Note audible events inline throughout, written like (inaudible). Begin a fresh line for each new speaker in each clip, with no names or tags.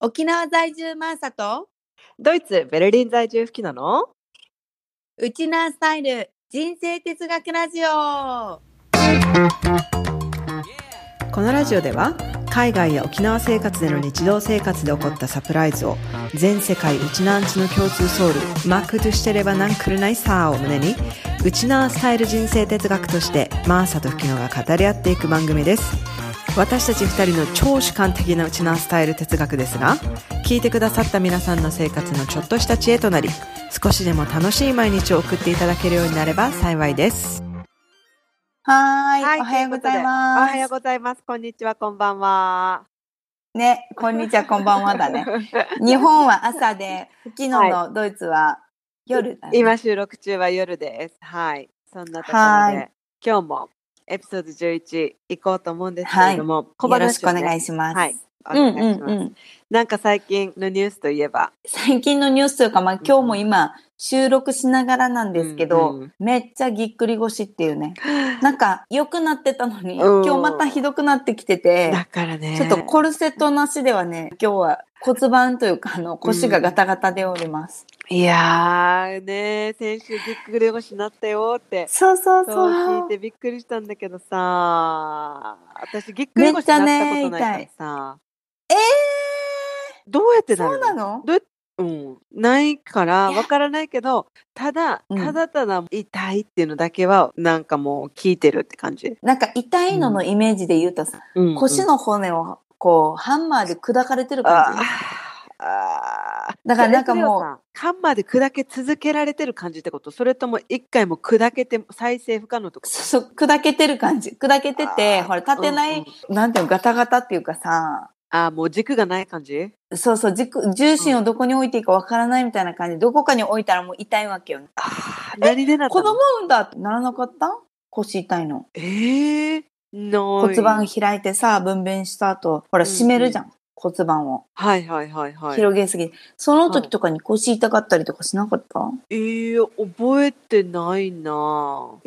沖縄在住マーサと
ドイツ・ベルリン在住吹きなの
ウチナースタイル人生哲学ラジオ
このラジオでは海外や沖縄生活での日常生活で起こったサプライズを全世界ウチナーンチの共通ソウルマックトゥシテレバナンクルナイサーを胸にウチナースタイル人生哲学としてマーサと吹きのが語り合っていく番組です私たち2人の超主観的なウチナースタイル哲学ですが聞いてくださった皆さんの生活のちょっとした知恵となり少しでも楽しい毎日を送っていただけるようになれば幸いです
はーい
はい
おはようございます
おはようございます。こんにちは、こんばんは。
ねこんにちはこんばんはだね日本は朝 (laughs) で昨日のドイツは夜だね、
(laughs) 今収録中は夜です。はい。そんなところ
はい
で、今日もエピソード11行こうと思うんですけれども、小話を
よ
ね
ろしくお願いします、
はい。お
うん
願いし
う
ます。
んうん
なんか最近のニュースといえば、
最近のニュースというか、まあ、今日も今収録しながらなんですけど、
うんうん
めっちゃぎっくり腰っていう (laughs) ねなんか良くなってたのに、
うん
今日またひどくなってきてて
だからね、
ちょっとコルセットなしではね、今日は骨盤というか、あの、腰がガタガタでおります。
いやーね、先週ぎっくり腰になったよって。
そうそう
そう聞
そ。
いうてびっくりしたんだけどさ私ぎっくり腰になったことないからさ、
え
どうやっ
ー、
てな
そ
る
うなの
どうやっうん、ないから
いや
わからないけどただ
うん
ただただ痛いっていうのだけはなんかもう聞いてるって感じ、
なんか痛いののイメージで言うとさ、
うん
腰の骨をこう、ハンマーで砕かれてる
あ
感
ー
じ。
あー
だからなんかもう
それよさカンマで砕け続けられてる感じってことそれとも一回も砕けて再生不可能ってこと
そうそう、砕けてる感じ。砕けてて、
あー
ほら、立てない、
うん
なんていうの、ガタガタっていうかさ、
ああもう軸がない感じ
そうそう、軸重心をどこに置いていいかわからないみたいな感じ、どこかに置いたらもう痛いわけよね。
何でなった
子
の
供産んだってならなかった腰痛いの。
ええない
骨盤開いてさ、分娩した後、ほら、
うんうん
締めるじゃん。骨盤を。
はいはいはいはい。
広げすぎ。その時とかに腰痛かったりとかしなかった、
ええ覚えてないなぁ。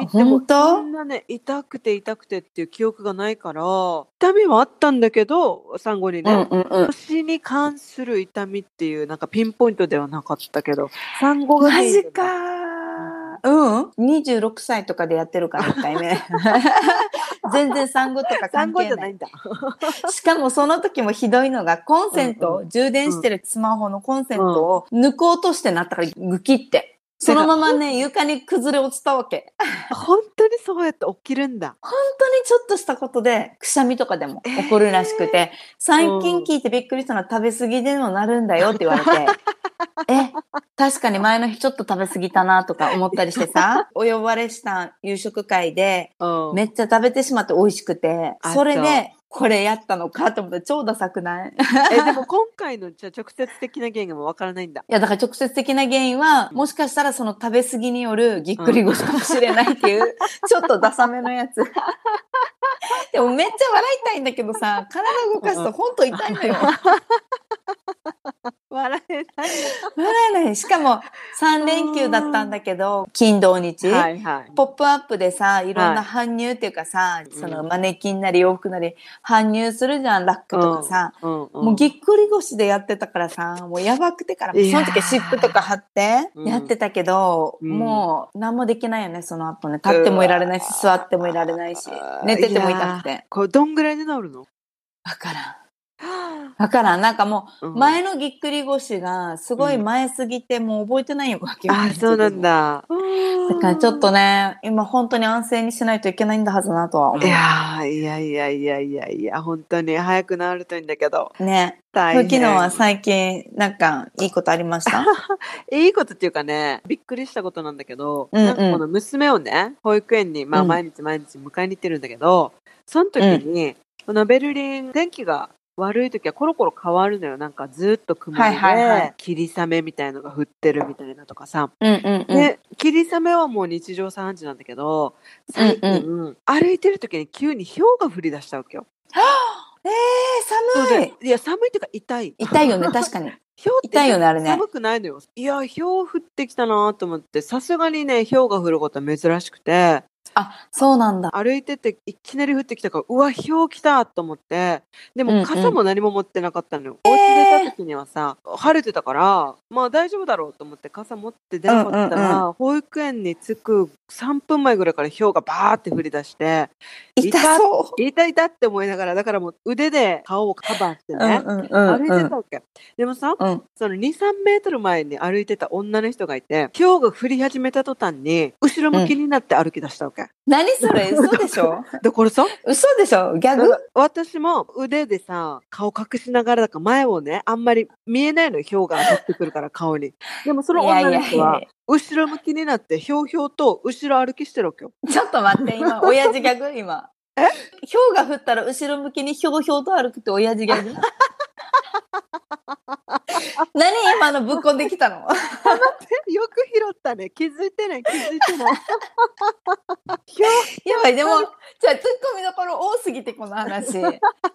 あ本当
そんなね、痛くて痛くてっていう記憶がないから、痛みはあったんだけど、産後にね、
うんうんうん。
腰に関する痛みっていう、なんかピンポイントではなかったけど、産後が
マ
メイン
ジ
で
かーうん。26歳とかでやってるから、一回
(laughs)
目。全然産後とか関
産後
係
じゃ
な
ない
い。
んだ。
しかもその時もひどいのが、コンセント、
うん
充電してるスマホのコンセントを抜こうとしてなったから、ぐきって。そのまま
(laughs)
ね、床に崩れ落ちたわけ。
本当にそうやって起きるんだ。
本当にちょっとしたことで、くしゃみとかでも起こるらしくて、最近聞いてびっくりしたのは食べ過ぎでもなるんだよって言われ
(laughs)
て、え、確かに前の日ちょっと食べ過ぎたなとか思ったりしてさ、お呼ばれした夕食会で、
うん
めっちゃ食べてしまって美味しくて、
あ
それ
そう
で、これやったのかと思ったら超ダサくないい
え、でも今回のじゃあ直接的な原因もわからないんだ。
や、だから直接的な原因は、もしかしたらその食べ過ぎによるぎっくり腰かもしれないっていう、 (laughs) ちょっとダサめのやつ。 (laughs) でもめっちゃ笑いたいんだけどさ、体動かすと本当痛いのよ。 (laughs)
笑えない。
笑えない。しかも3連休だったんだけど、金土日、
はいはい。
ポップアップでさ、いろん
は
ない搬入っていうかさ、その
うん
マネキンなり洋服なり搬入するじゃん、ラックとかさ。
うんうん
もうぎっくり腰でやってたからさ、もうやばくてから、そ
いや
の
ー
時湿布とか貼って
うん
やってたけど、
うん
もう何もできないよね、その後ね。立ってもいられないし、座ってもいられないし、寝てても痛く
いやー
て。
これどんぐらいで治るの
わからん。わからん。なんかもう、
うん
前のぎっくり腰がすごい前すぎてもう覚えてないわけよ。
あそうなん。だ
だからちょっとね、今本当に安静にしないといけないんだはずなとは思
いやーいやいやいやいやいや本当に早く治るといいんだけど
う。ね。
大
昨日
変
は最近なんかいいことありました
いいことっていうかねびっくりしたことなんだけど、
うんうん
なんかこの娘をね保育園に、まあ、
うん
毎日毎日迎えに行ってるんだけど、その時に、このベルリン天気が悪い時はコロコロ変わるのよなんかずっと曇りで、
はいはいはい
霧雨みたいのが降ってるみたいなとかさ、
うんうんうん。
で、霧雨はもう日常茶飯事なんだけど、最近、歩いてる時に急に氷が降り出したわけよ。
えー、寒い
いや、寒いっていうか痛い。
痛いよね、確かに。
氷って
痛いよね、あれね。
寒くないのよ。いや、氷降ってきたなと思って、さすがにね、氷が降ることは珍しくて、
あ、そうなんだ。
歩いてていきなり降ってきたからうわ氷来たと思ってで
うんう
も
ん
傘も何も持ってなかったのよ、お家出た時にはさ晴れてたからまあ大丈夫だろうと思って傘持って出なかったら、
うん
保育園に着く3分前ぐらいから氷がバーって降り出して
痛そう。
痛い痛って思いながらだからもう腕で顔をカバーして
う
ね、
んうんうん
歩いて
う
たわけ、でもさ
ん。うん。
その23メートル前に歩いてた女の人がいて氷が降り始めた途端に後ろ向きになって歩き出したわけ、
何それ嘘でしょ
でこれさ
嘘でしょギャグ
私も腕でさ顔隠しながらだから前をねあんまり見えないのよ氷が当たってくるから顔にでもその
いや
女
いや
の
い
人は
や。
後ろ向きになってひょうひょうと後ろ歩きしてるわけよ
ちょっと待って、今、親父ギャグ (laughs) 今。
え
氷が降ったら後ろ向きにひょうひょうと歩くって親父ギャグ (laughs) 何今のぶっこんできたの
えよく拾ったね気づいてない気づいてないひょ
(laughs)
う
やばい、でも、じゃあツッコミどころ多すぎてこの (laughs) 話。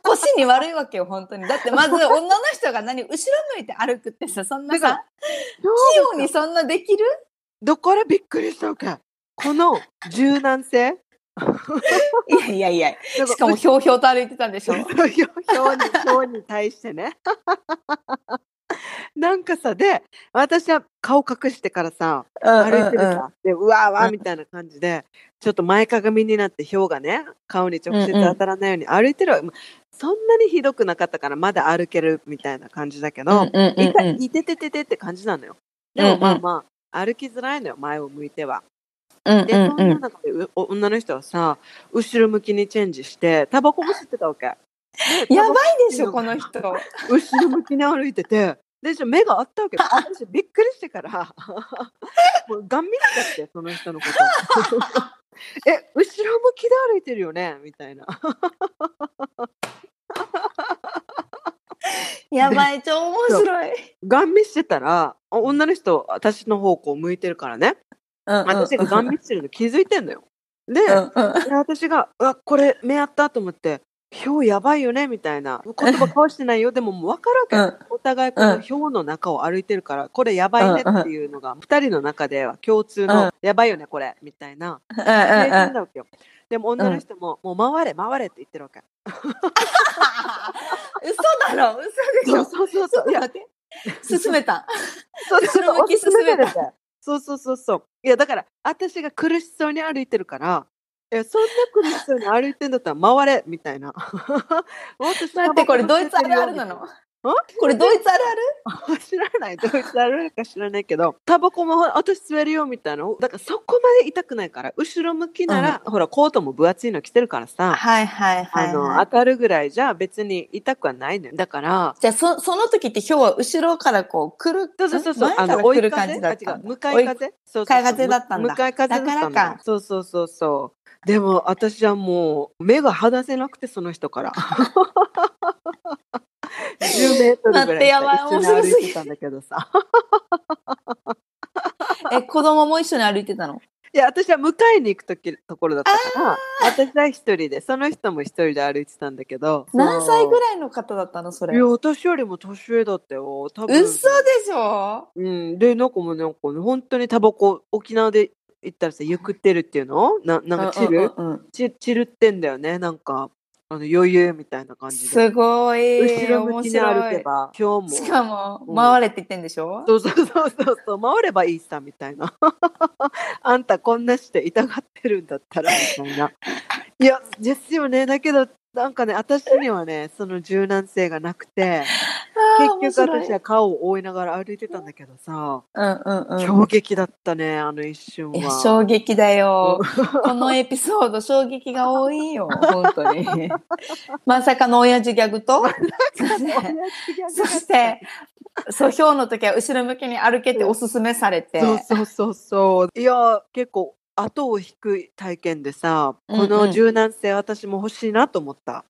腰に悪いわけよ、本当に。だってまず女の人が何、後ろ向いて歩くってさ、そんな
だか
さ
ら、ひょう
器用にそんなできる
どこらびっくりしたわけこの柔軟性
いやいやいや、しかもひょうひょうと歩いてたんでしょ。
ひょひょうにひょうに対してね。 (laughs) なんかさで私は顔隠してからさ歩いて
う
る
んうんうん
さ、でうわーわ
う
ー
ん
みたいな感じで、ちょっと前かがみになってひょうがね顔に直接当たらないように歩いてるわ、まそんなにひどくなかったからまだ歩けるみたいな感じだけど、
うんうん
痛
うんう
い
ん
ててててって感じなのよで
う
もま
ん
あ
うん
まあ歩きづらいのよ前を向いては。
うん
で、そん
うんう
なん中でうお女の人はさ、後ろ向きにチェンジして、タバコも吸ってたわけ。や
やばいでしょ、この人。
後ろ向きに歩いてて、で、じゃあ目があったわけ。私びっくりしてから、 (laughs) もうガン見ちゃって、その人のこと。 (laughs) え、後ろ向きで歩いてるよねみたいな。
やばい、超面白い。
ガン見してたら、お女の人、私の方向向いてるからね。私がガン見してるの気づいてんのよ。で、
う
で私が「うわこれ目合った」と思って「氷やばいよね」みたいな言葉交わしてないよでももう分かるわけ、
ん、
お互いこの氷の中を歩いてるからこれやばいねっていうのが2人の中では共通
う
の「やばいよねこれ」みたいな
うん、
経
うん、
験
うん。
だわけよでも女の人も「もう回れ回れ」って言ってるわけ
嘘だろ、嘘でし
そう
ょ。
そうそ
ちょ
うそ
っ
う
と
いや
待って。 (laughs) 進めた。
そうそう
後ろ向き進めた
そうそうそうそういやだから私が苦しそうに歩いてるからいやそんな苦しそうに歩いてんだったら回れみ
(laughs)
たいな私
待って、これドイツあるあるなの。これドイツあるある。
知らないどうしたらか知らないけどタバコもほら私吸えるよみたいなだからそこまで痛くないから後ろ向きなら、ほらコートも分厚いの着てるからさ、
はい、はい、
あの当たるぐらいじゃ別に痛くはないのよだから
じゃあ、そ、その時って、今日は後ろからこう、来る。
そうそうそうそう
前から
追
来
い
る
風
感じだった
あ違
ん
う
だ。
向かい風そうそうそう
向かい風だったんだ
向かい風だったん
だから
だ
か
そうそうそうそうでも私はもう目が離せなくてその人から
(laughs)
10メートルぐらい
待ってやばい
さ一緒に
面白すぎる
歩いてたんだけどさ
え、子供も一緒に歩いてたの。
いや私は迎えに行くときところだったから私は一人でその人も一人で歩いてたんだけど
何歳ぐ
ら
らいの方だったの、それ。
いや
嘘
私よりも年上だったよ多分
でしょ。
うん、でなんかもうなんかね本当にタバコ沖縄で行ったらさゆくってるっていうのななんかチル、
うんうんうん
ち散るってんだよねなんかあの余裕みたいな感じです
ごい。
後ろ向きに歩
面白
け
い
ば今日
し
も
かも、
うん
回れって言ってんでしょ
(laughs) そうそうそうそうそう回ればいいさみたいな (laughs) あんたこんなして痛がってるんだったらみたいないやですよねだけどなんかね私にはねその柔軟性がなくて結局私
は。
は顔を覆いながら歩いてたんだけどさ、
うんうんう
衝撃だったねあの一瞬
ん。いや、
は。
衝撃だよ。このエピソード、衝撃が多いよ。 (laughs) 本当に。まさかの親父ギャグと、 (laughs) そして、そう、ひょうの時は後ろ向きに歩けっておすすめされて。
そうそうそうそういや結構後を引く体験でさこ
うんう
の
ん
柔軟性私も欲しいなと思った、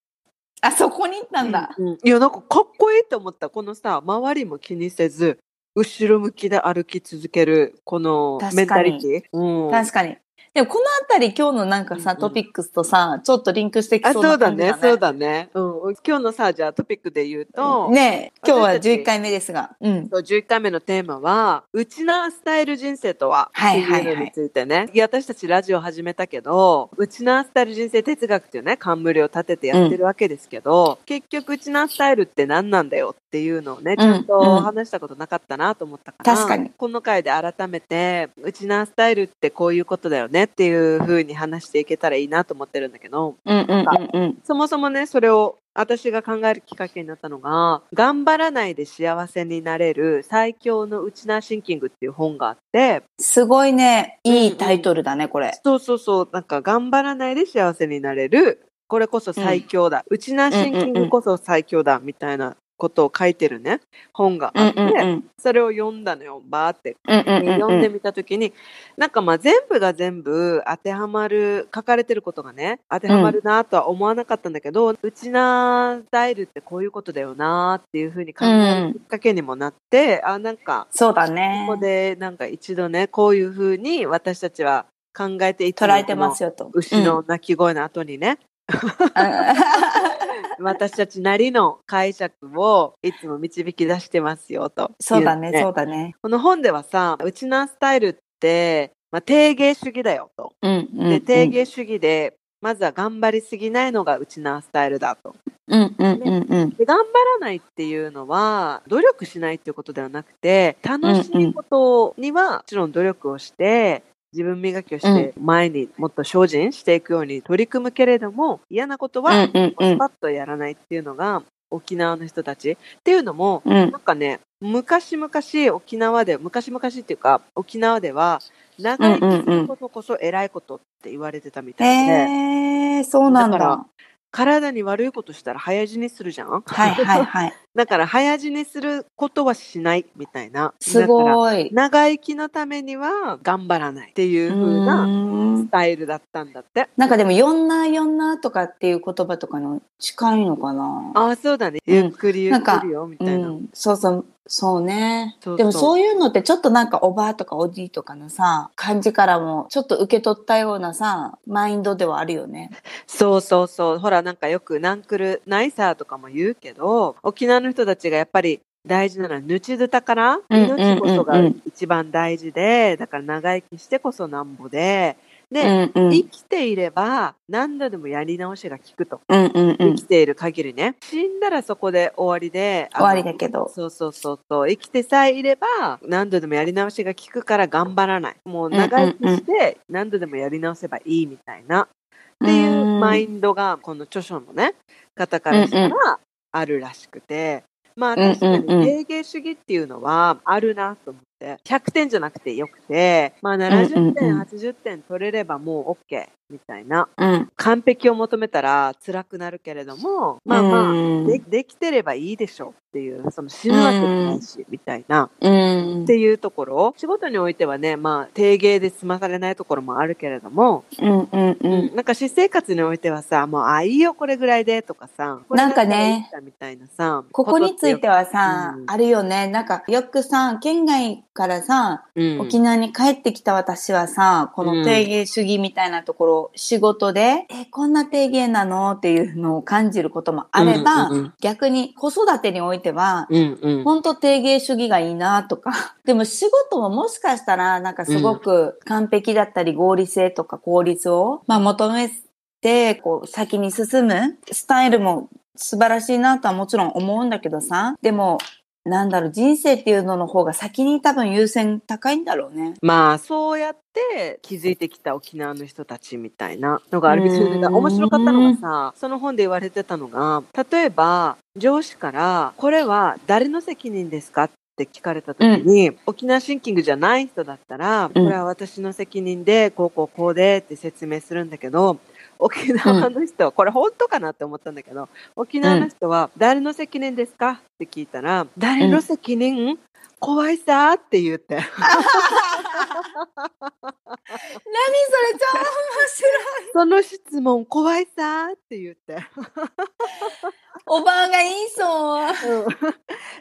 あ、そこに行ったんだ。
うんいやなんかかっこいいと思ったこのさ周りも気にせず後ろ向きで歩き続けるこのメンタリティ、うん、
確かに。でもこのあたり今日のなんかさ、
うんうん
トピックスとさ、ちょっとリンクしてき
あ
そ
そうう
な
だ
感じ
ね
だね。
そうだね、うん、今日のさじゃあトピックで言うと、
ねえ今日は
私たち
11回目ですが。うん。
そう11回目のテーマは「うちなスタイル人生とは」って
はいはいはい
いうのについてね、いや私たちラジオ始めたけど「うちなスタイル人生哲学」っていうね冠を立ててやってるわけですけど、結局うちなスタイルって何なんだよっていうのをねちゃん
うんう
と
ん
話したことなかったなと思ったから、
確かに
この回で改めて「うちなスタイルってこういうことだよね」っていう風に話していけたらいいなと思ってるんだけど
うんうんうんうん。
そもそもね、それを私が考えるきっかけになったのが、頑張らないで幸せになれる最強のウチナーシンキングっていう本があって、
すごいね、いいタイトルだね、これ。
そうそうそう、なんか頑張らないで幸せになれる、これこそ最強だ、ウチナーシンキングこそ最強だ、みたいなことを書いてるね、本が
うん
あ
う
っ
ん
て、
うん。
それを読んだのよ、バーって。
うんうんうん
読ん
う
で
ん。
みたときに、なんかまあ全部が全部当てはまる、書かれてることがね、当てはまるなとは思わなかったんだけど、うちなスタイルってこういうことだよなっていうふうに考えるきっかけにもなって、あ、なんか、
そうだ
こ
ね。
こでなんか一度ね、こういうふうに私たちは考えていつも
捉えてますよと。
この牛の鳴き声の後にね、
うん。うん
私たちなりの解釈をいつも導き出してますよと。
(laughs) そうだね、
い
そうだね。
この本ではさ、ウチナースタイルって、まあ、定芸主義だよと。
うんうんうん。
で、定芸主義で、まずは頑張りすぎないのがウチナースタイルだと。
うんうんうんうん。
で、頑張らないっていうのは、努力しないっていうことではなくて、楽しいことには、もちろん努力をして、自分磨きをして、前にもっと精進していくように取り組むけれども、嫌なこと
う
は、
んうんう
ス
ん
パ。ッとやらないっていうのが、沖縄の人たち。っていうのも、
うん
なんかね、昔々沖縄で、昔々っていうか、沖縄では、長生きすることこそ偉いことって言われてたみたいで、
へえ、そうなんだ。
だから体に悪いことしたら早死にするじゃん
はいはいはい。
(laughs) だから早死にすることはしないみたいな。
す
だから
ごい。
長生きのためには頑張らないっていう風
う
な
ーん
スタイルだったんだって。
なんかでも、四な四なとかっていう言葉とかの近いのかな。
ああ、そうだね。
うん
ゆっくりゆっくりよ、み
う
たいな。
ん、そうそう、そうね。
そうそう
でもそういうのってちょっとなんかおばあとかおじいとかのさ、感じからもちょっと受け取ったようなさ、マインドではあるよね。
そうそうそう。ほら、なんかよくナンクルナイサーとかも言うけど、沖縄の人たちがやっぱり大事なのは、ぬちずたから、
うんうんうんうん
命こそが一番大事で、だから長生きしてこそなんぼで、
う
で、
んうん。
生きていれば何度でもやり直しが効くと。
うんうんう
生
ん。
きている限りね。死んだらそこで終わりで。
終
あの
わりだけど。
そうそうそうそう。生きてさえいれば、何度でもやり直しが効くから頑張らない。もう長生きして、何度でもやり直せばいいみたいな。っていう
ーん
マインドが、この著書のね、方からした
うん
ら、あるらしくて。まあ、
うんうんうん
確かに、定芸主義っていうのは、あるなと思って。100点じゃなくてよくて、まあ、70
うんうんう
点、
ん
80点取れればもう OK みたいな。
うん。
完璧を求めたら辛くなるけれども、まあまあ、
うん
でできてればいいでしょうっていうその死ぬわけじゃないし、みたいなっ
うん。
ていうところ仕事においてはねまあ定芸で済まされないところもあるけれども、
うんうんうん。
なんか私生活においてはさもうあいいよこれぐらいでとかさこれ
なんかね
だったらいいんだみたいなさ
ここについてはさ、
うん
あるよね。なんかよくさ、県外からさ、
うん
沖縄に帰ってきた私はさ、こ
うん
の定芸主義みたいなところ、仕事で、え、こんな定芸なのっていうのを感じることもあれば、
うんうん
逆に子育てにおいては、
うんうん
ほんと定芸主義がいいなとか。 (laughs) でも仕事ももしかしたらなんかすごく完璧だったり合理性とか効率を、まあ求めて、こう先に進むスタイルも素晴らしいなとはもちろん思うんだけどさ。でも、なんだろう、人生っていうのの方が先に多分優先高いんだろうね。
まあそうやって気づいてきた沖縄の人たちみたいなのがある別に
うん
面白かったのがさその本で言われてたのが例えば上司から「これは誰の責任ですか?」って聞かれた時に、沖縄シンキングじゃない人だったら、これは私の責任でこうこうこうでって説明するんだけど沖縄の人は、これ本当かなって思ったんだけど沖縄の人は「誰の責任ですか?」って聞いたら「誰の責任怖いさ」って言って。
何それ超面白い。
その質問怖いさーって言って。
おばあがいいそう。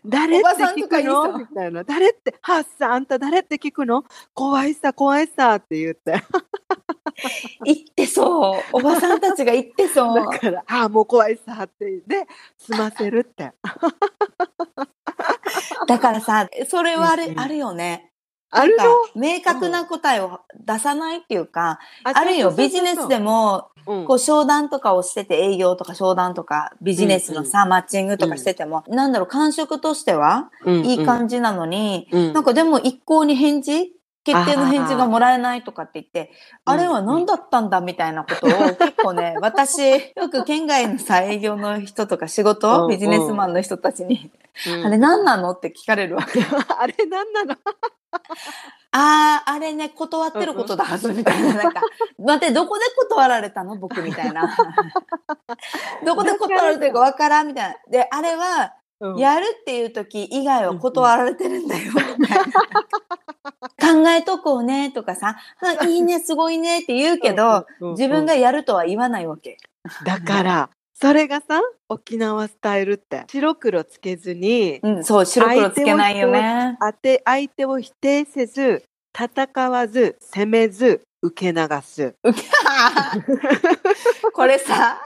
誰っ
お
て
ばさん
聞
とか
く
いいさ
のみたいな。誰って、はっさん、あんた誰って聞くの怖いさ、怖いさって言って。
行ってそう。おばさんたちが行ってそう
(laughs) だ。から、ああ、もう怖いさって、で、済ませるって。
だからさ、それはあれ
う、ん
あるよね。
ある
なん
よ。
か明確な答えを出さないっていうか、あ
あ
るよ、ビジネスで
も、
も、
うん
こう商談とかをしてて、営業とか商談とか、ビジネスのさ、マッチングとかしてても、なんだろう、感触としては、いい感じなのに、
じ。うん
なんかでも一向に返事決定の返事がもらえないとかって言って、
あー
あれは何だったんだみたいなことを結構ね、私、よく県外のさ、営業の人とか仕
うんう
事、
ん
ビジネスマンの人たちに、
うん
あれ何なのって聞かれるわけ。
(laughs) あれなんなの
あー、あれね、断ってることだはずみたいな、
(laughs)
なんか、待って、どこで断られたの僕みたいな。どこで断られてるかわからんみたいな。で、あれは、
うん
やるっていう時以外は断られてるんだよ、みたいな。考えとこうね、とかさ、あいいね、すごいねって言うけど、、
うん
自分、
うん
がやるとは言わないわけ。
だから、それがさ、沖縄スタイルって、白黒つけずに、
うん、そう、白黒つけないよね。
当て、相手を否定せず、戦わず、攻めず、受け流す。
これさ、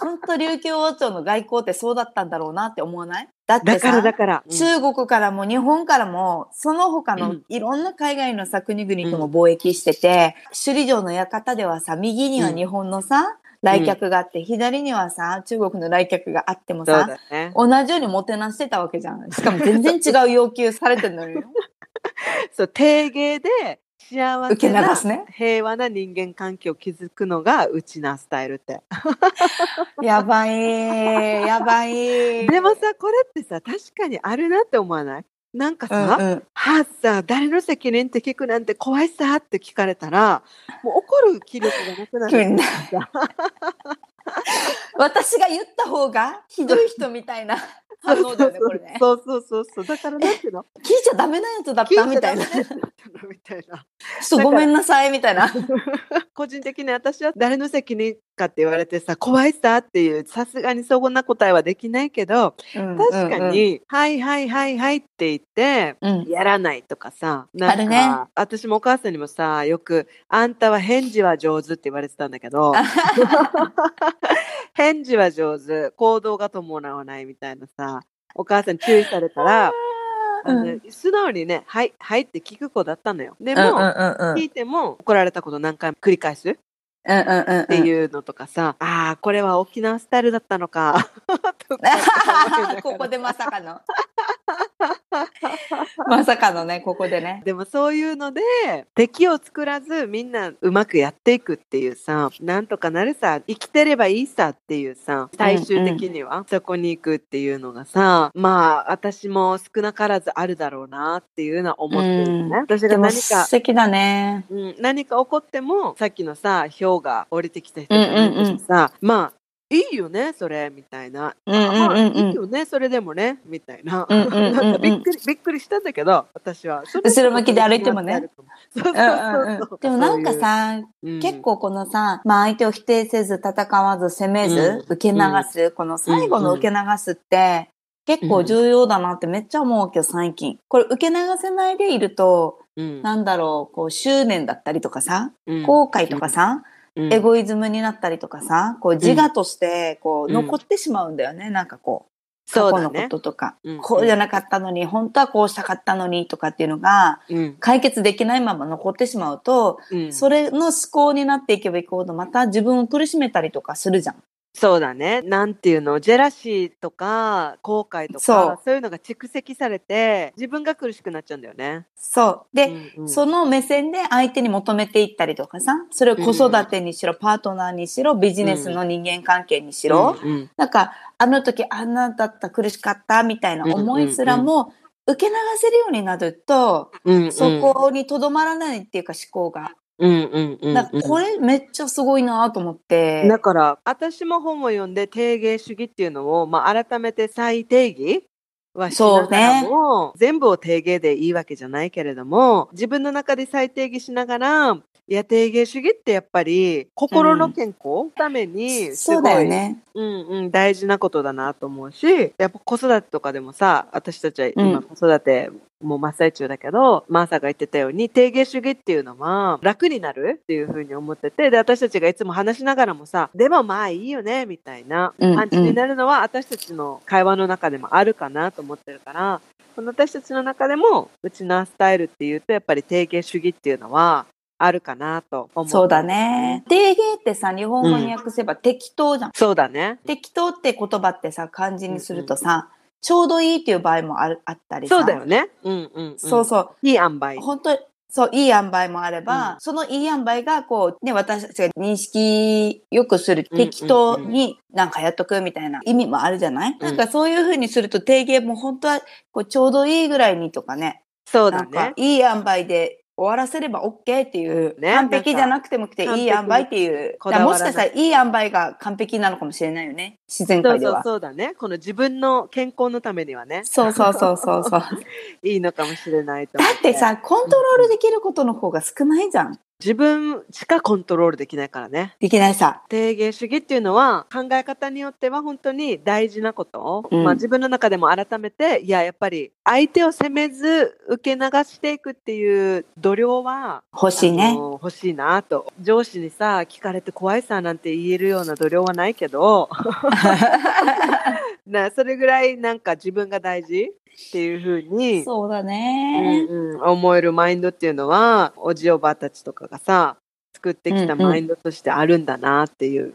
本当琉球王朝の外交ってそうだったんだろうなって思わないだって
だか
さ
ら、だから、
中国からも日本からもその他
う
の
ん
いろんな海外のさ国々とも貿易してて、首里城の館ではさ右には日本のさ、来客があって左にはさ中国の来客があっても
そう
さ
だね。
同じようにもてなしてたわけじゃんしかも全然違う要求されてるのよ
そう、定芸で、幸
受け
せ
流
な、
すね
平和な人間関係を築くのが、うちなスタイルって。
やばいやばい
でもさ、これってさ、確かにあるなって思わないなんか
うん
さ、
うん
はあさ、誰の責任って聞くなんて怖いさって聞かれたら、もう怒る気力がなくな
急
る。
に私が言った方がひどい人みたい (laughs) な反応だよねこれね
そうそうそうそう。だからなん
(laughs)
ていうの
聞いちゃダメなやつだっ
聞いち
た
ゃ
みたい (laughs) な
ダメだよみた (laughs) いな。
ちょっとごめんなさいみたいな。
個人的に私は誰の責任かって言われてさ、怖いさっていう、さすがにそんな答えはできないけど、確かに、はいはいはいはいって言って、
うん。うん
やらないとかさ、なんか
あるね
私もお母さんにもさ、よく、あんたは返事は上手って言われてたんだけど、返事は上手、行動が伴わないみたいなさ、お母さんに注意されたら、あ
うん
の素直にね、はい、はいって聞く子だったのよ。で
うんうん
も、
うんうん
聞いても怒られたこと何回も繰り返すっ
うんうん
て
う
いうのとかさ、ああ、これは沖縄スタイルだったのか。 (laughs) とか思うよ
ん (laughs)
ね
ここでまさかの。 (laughs) まさかのね、ここでね。
でもそういうので敵を作らずみんなうまくやっていくっていうさなんとかなるさ生きてればいいさっていうさ最終的にはそこに行くっていうのがさ、まあ私も少なからずあるだろうなっていうのは思ってるよね。
う
私
で
が
も
何
素
か
敵だね。
うん、何か起こってもさっきのさ氷が降りてきた人じゃないけど
うんうんうん
さ、まあいいよねそれみたいな、
うんうん
まあ
うんうん
いいよねそれでもねみたいな、
うんうんうんうん
なんかびっくりびっくりしたんだけど私はそれ
後ろ向きで歩いてもね
そうそう
うんうん
そううんそう
でもなんか
そう
さ、
いううん
結構このさ、まあ相手を否定せず、戦わず、責めず、
うん
受け流す、この最後の受け流すって、結構重要だなってめっちゃ思うけど、最近。これ受け流せないでいると、
うん
なんだろう、こう執念だったりとかさ、
うん
後悔とかさ、
うん
エゴイズムになったりとかさ、こう自我としてこ
う
うん残ってしまうんだよね、なんかこう。
そ
過
う
去
だ
のこ
ね
ととか、
うん
こうじゃなかったのに、本当はこうしたかったのにとかっていうのが、
うん
解決できないまま残ってしまうと、
うん
それの思考になっていけばいくほど、また自分を苦しめたりとかするじゃん。
そうだねなんていうのジェラシーとか後悔とか
そ
そうういうのが蓄積されて自分が苦しくなっちゃうんだよね。
そう。で、
うんうん
その目線で相手に求めていったりとかさ、それを子育てにしろ、パートナーにしろ、ビジネスの人間関係にしろ、
うんうん
なんか、あの時あんなだった苦しかったみたいな思いすらも、受け流せるようになると、
うんうん
そこにとどまらないっていうか思考が。
うんうんうんうん
だからこれめっちゃすごいなと思って。
だから私も本を読んで定芸主義っていうのを、まあ、改めて再定義はしながらも、全部を定芸でいいわけじゃないけれども自分の中で再定義しながら野低芸主義ってやっぱり心の健康のためにす
そ
ごい、
うだよね。
うんうん、大事なことだなと思うし、やっぱ子育てとかでもさ、私たちは
う
今
ん
子育てもう真っ最中だけど、マーサが言ってたように、定芸主義っていうのは楽になるっていうふうに思ってて、で、私たちがいつも話しながらもさ、でもまあいいよね、みたいな
うんうん
感じになるのは私たちの会話の中でもあるかなと思ってるから、その私たちの中でも、うちのスタイルっていうと、やっぱり定芸主義っていうのはあるかなと思う。
そうだ。ね。定芸ってさ、日本語に訳せば適当じゃん。
そうだね。
適当って言葉ってさ、漢字にするとさ、ちょうどいいっていう場合もあるあったりさ。
そうだよ。ね。うんうん、うん。
そうそう。
いい塩梅。
本当そう、いい塩梅もあれば、
うん
そのいい塩梅が、こう、ね、私たちが認識よくする
うんうん
適当になんかやっとくみたいな意味もあるじゃない、
ん
なんかそういうふうにすると提言も本当は、こう、ちょうどいいぐらいにとかね、
そう
な
だ
んか
ね。
いい塩梅で終わらせれば OK っていう、
ね
完璧じゃなくてもくて
なんか
いい塩梅っていう、
完
だから
璧に
もしかしたらいい塩梅が完璧なのかもしれないよね、自然
そ
界
う
で
そう
は。
そうだね。この自分の健康のためにはね、
そうそうそうそうそう。 (laughs) だ
いいのかもしれないと思
って、さ、コントロールできることの方が少ないじゃん。
自分しかコントロールできないからね。
できないさ。
提言主義っていうのは考え方によっては本当に大事なことを、
うん
まあ自分の中でも改めて、いや、やっぱり相手を責めず受け流していくっていう度量は
欲しい
あ
ね。
の欲しいなと。上司にさ、聞かれて怖いさなんて言えるような度量はないけ
(laughs)
ど、なそれぐらいなんか自分が大事っていうふうに、
そうだ
うん
ね。
うん、思えるマインドっていうのは、おじおばたちとかがさ、作ってきた
うんうん
マインドとしてあるんだなっていう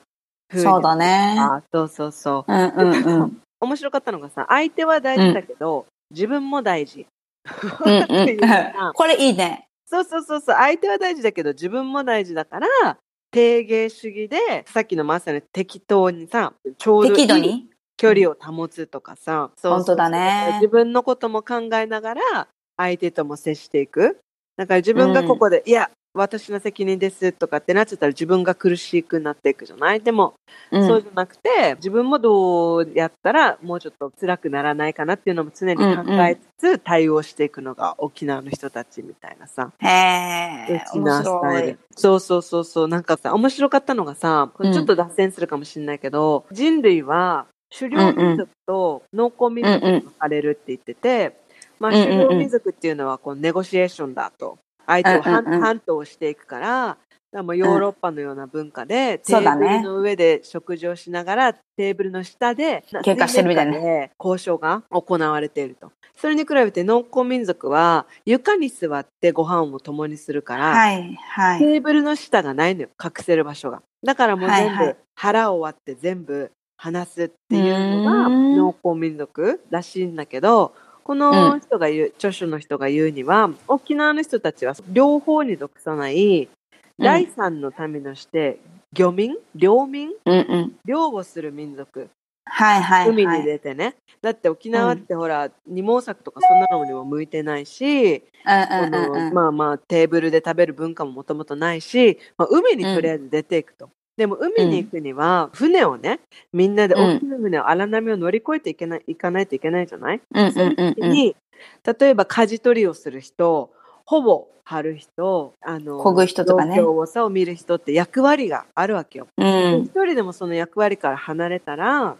ふうに。
そうだね。
あそうそうそう。
うんうんうん。
面白かったのがさ、相手は大事だけど、自分も大事。
うん
っていうよう
う
なん
(laughs) 、これいいね。
そうそうそうそう。相手は大事だけど自分も大事だから、定芸主義で、さっきのまさに適当にさ、ちょうどい
適度
い
に。
距離を保つとかさ、そう
本当だね
自。分のことも考えながら、相手とも接していく。だから自分がここで、いや、私の責任ですとかってなっちゃったら自分が苦しくなっていくじゃないでも、
うん
そうじゃなくて、自分もどうやったらもうちょっと辛くならないかなっていうのも常に考えつつ対応していくのが沖縄の人たちみたいなさ。
へ
う
え。
ち
面
なスタ
白
イ
い
ル。。そうそうそうそう。なんかさ、面白かったのがさ、こ
う
れ
ん
ちょっと脱線するかもしれないけど、人類は狩猟民族と農耕民族に分かれるって言ってて、まあ
うんうん
狩猟民族っていうのはこうネゴシエーションだと。相手をハン
うんうんうん
ハントをしていくから、だからもうヨーロッパのような文化で、テ
そうだ
ーブ
ね
ルの上で食事をしながら、テーブルの下で、
喧嘩してるみたいなね
水面下で交渉が行われていると。それに比べて農耕民族は床に座ってご飯を共にするから、
はいはい。
テーブルの下がないのよ隠せる場所がだからもう
は
全
いは
部
い
腹を割って全部話すっていうのが
うーん
農耕民族らしいんだけどこ
う
の
ん
人が言う、著書の人が言うには沖縄の人たちは両方に属さない
うん
第三の民のして、漁民領民
うんうん。
漁をする民族
はいはいはい。
海に出てね、だって沖縄ってほら、二毛作とかそんなのにも向いてないし、
う
あ
んうんうん
の
うん。
まあまあテーブルで食べる文化ももともとないし、まあ、海にとりあえず出ていくと。でも海に行くには船をね、みんなで大きな船を荒波を乗り越えていけない、行かないといけないじゃない、
うん
そうの
んうん
時
うん。
に、例えば舵取りをする人、ほぼ張る人、あの、
漕ぐ人とかね
状況をさを見る人って役割があるわけよ。
う
一
ん
人でもその役割から離れたら、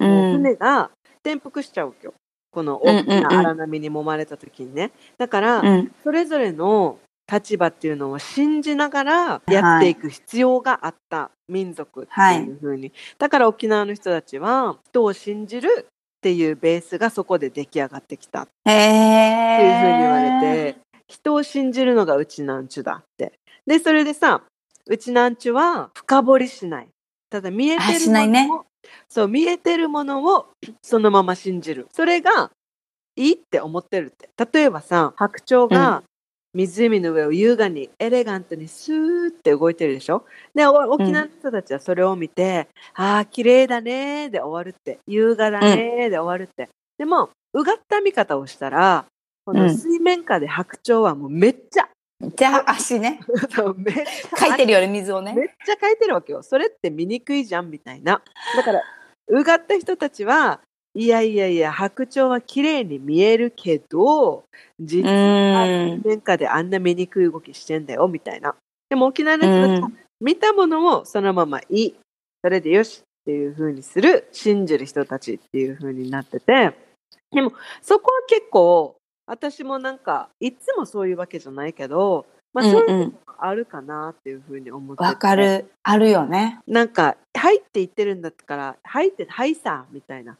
う。
もうん船が転覆しちゃうわけよ。この大きな荒波に揉まれた時にね。だから、
うん。
それぞれの立場っていうのを信じながらやっていく必要があった民族っていう風に、だから沖縄の人たちは人を信じるっていうベースがそこで出来上がってきたっ
へえ。
ていう風に言われて、。人を信じるのがうちなんちゅだってでそれでさうちなんちゅは深掘りしないただ見えて
あ
る
し
も
な
のを
いね
そう見えてるものをそのまま信じるそれがいいって思ってるって例えばさ白鳥が湖の上を優雅にエレガントにスーって動いてるでしょでお沖縄の人たちはそれを見て「ああ綺麗だね」で終わるって「優雅だね」で終わるって、でもうがった見方をしたらこ
う
の
ん
水面下で白鳥はもうめっちゃ、 (laughs)
じゃあ足ね。
めっちゃ
かいてるよね、水を
め
ね。
っちゃ描いてるわけよ。それって醜いじゃんみたいな。だから、うがった人たちは、いやいやいや、白鳥は綺麗に見えるけ
う
ど、実は
ん。
面下であんな醜い動きしてんだよみたいな。でも沖縄の
う
やつだと
ん。
見たものをそのままいい。それでよしっていう風にする、信じる人たちっていう風になってて。でも、そこは結構、私もなんか、いつもそういうわけじゃないけど、まあ、そういう
うんう
の
ん
があるかなっていう風に思ってて
わか。る。あるよね。
なんか、入って言ってるんだったから、入って、はいさ、みたいな。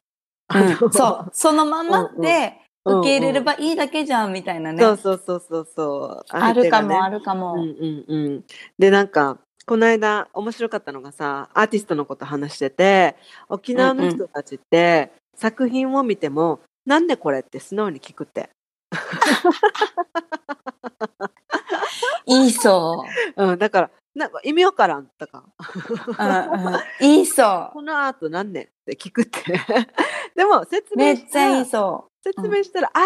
うん (laughs) そう。そのままで
うんうん
受け入れればいいだけじゃん、みたいなね
(laughs) そ。うそうそうそうそう。
あるか
相手がね
も、あるか
うん
も。
うんうん、でなんかこの間面白かったのがさアーティストのこと話してて沖縄の人たちって、作品を見ても「なんでこれ?」って素直に聞くって、
いいそう。
うん、だからなんか意味わからんとか
うんうんいいそ
(laughs) 「このアート何年?」って聞くって (laughs) でも説
う。め
明
っ
し
ちゃ
た
いいそ
説明したら「ああ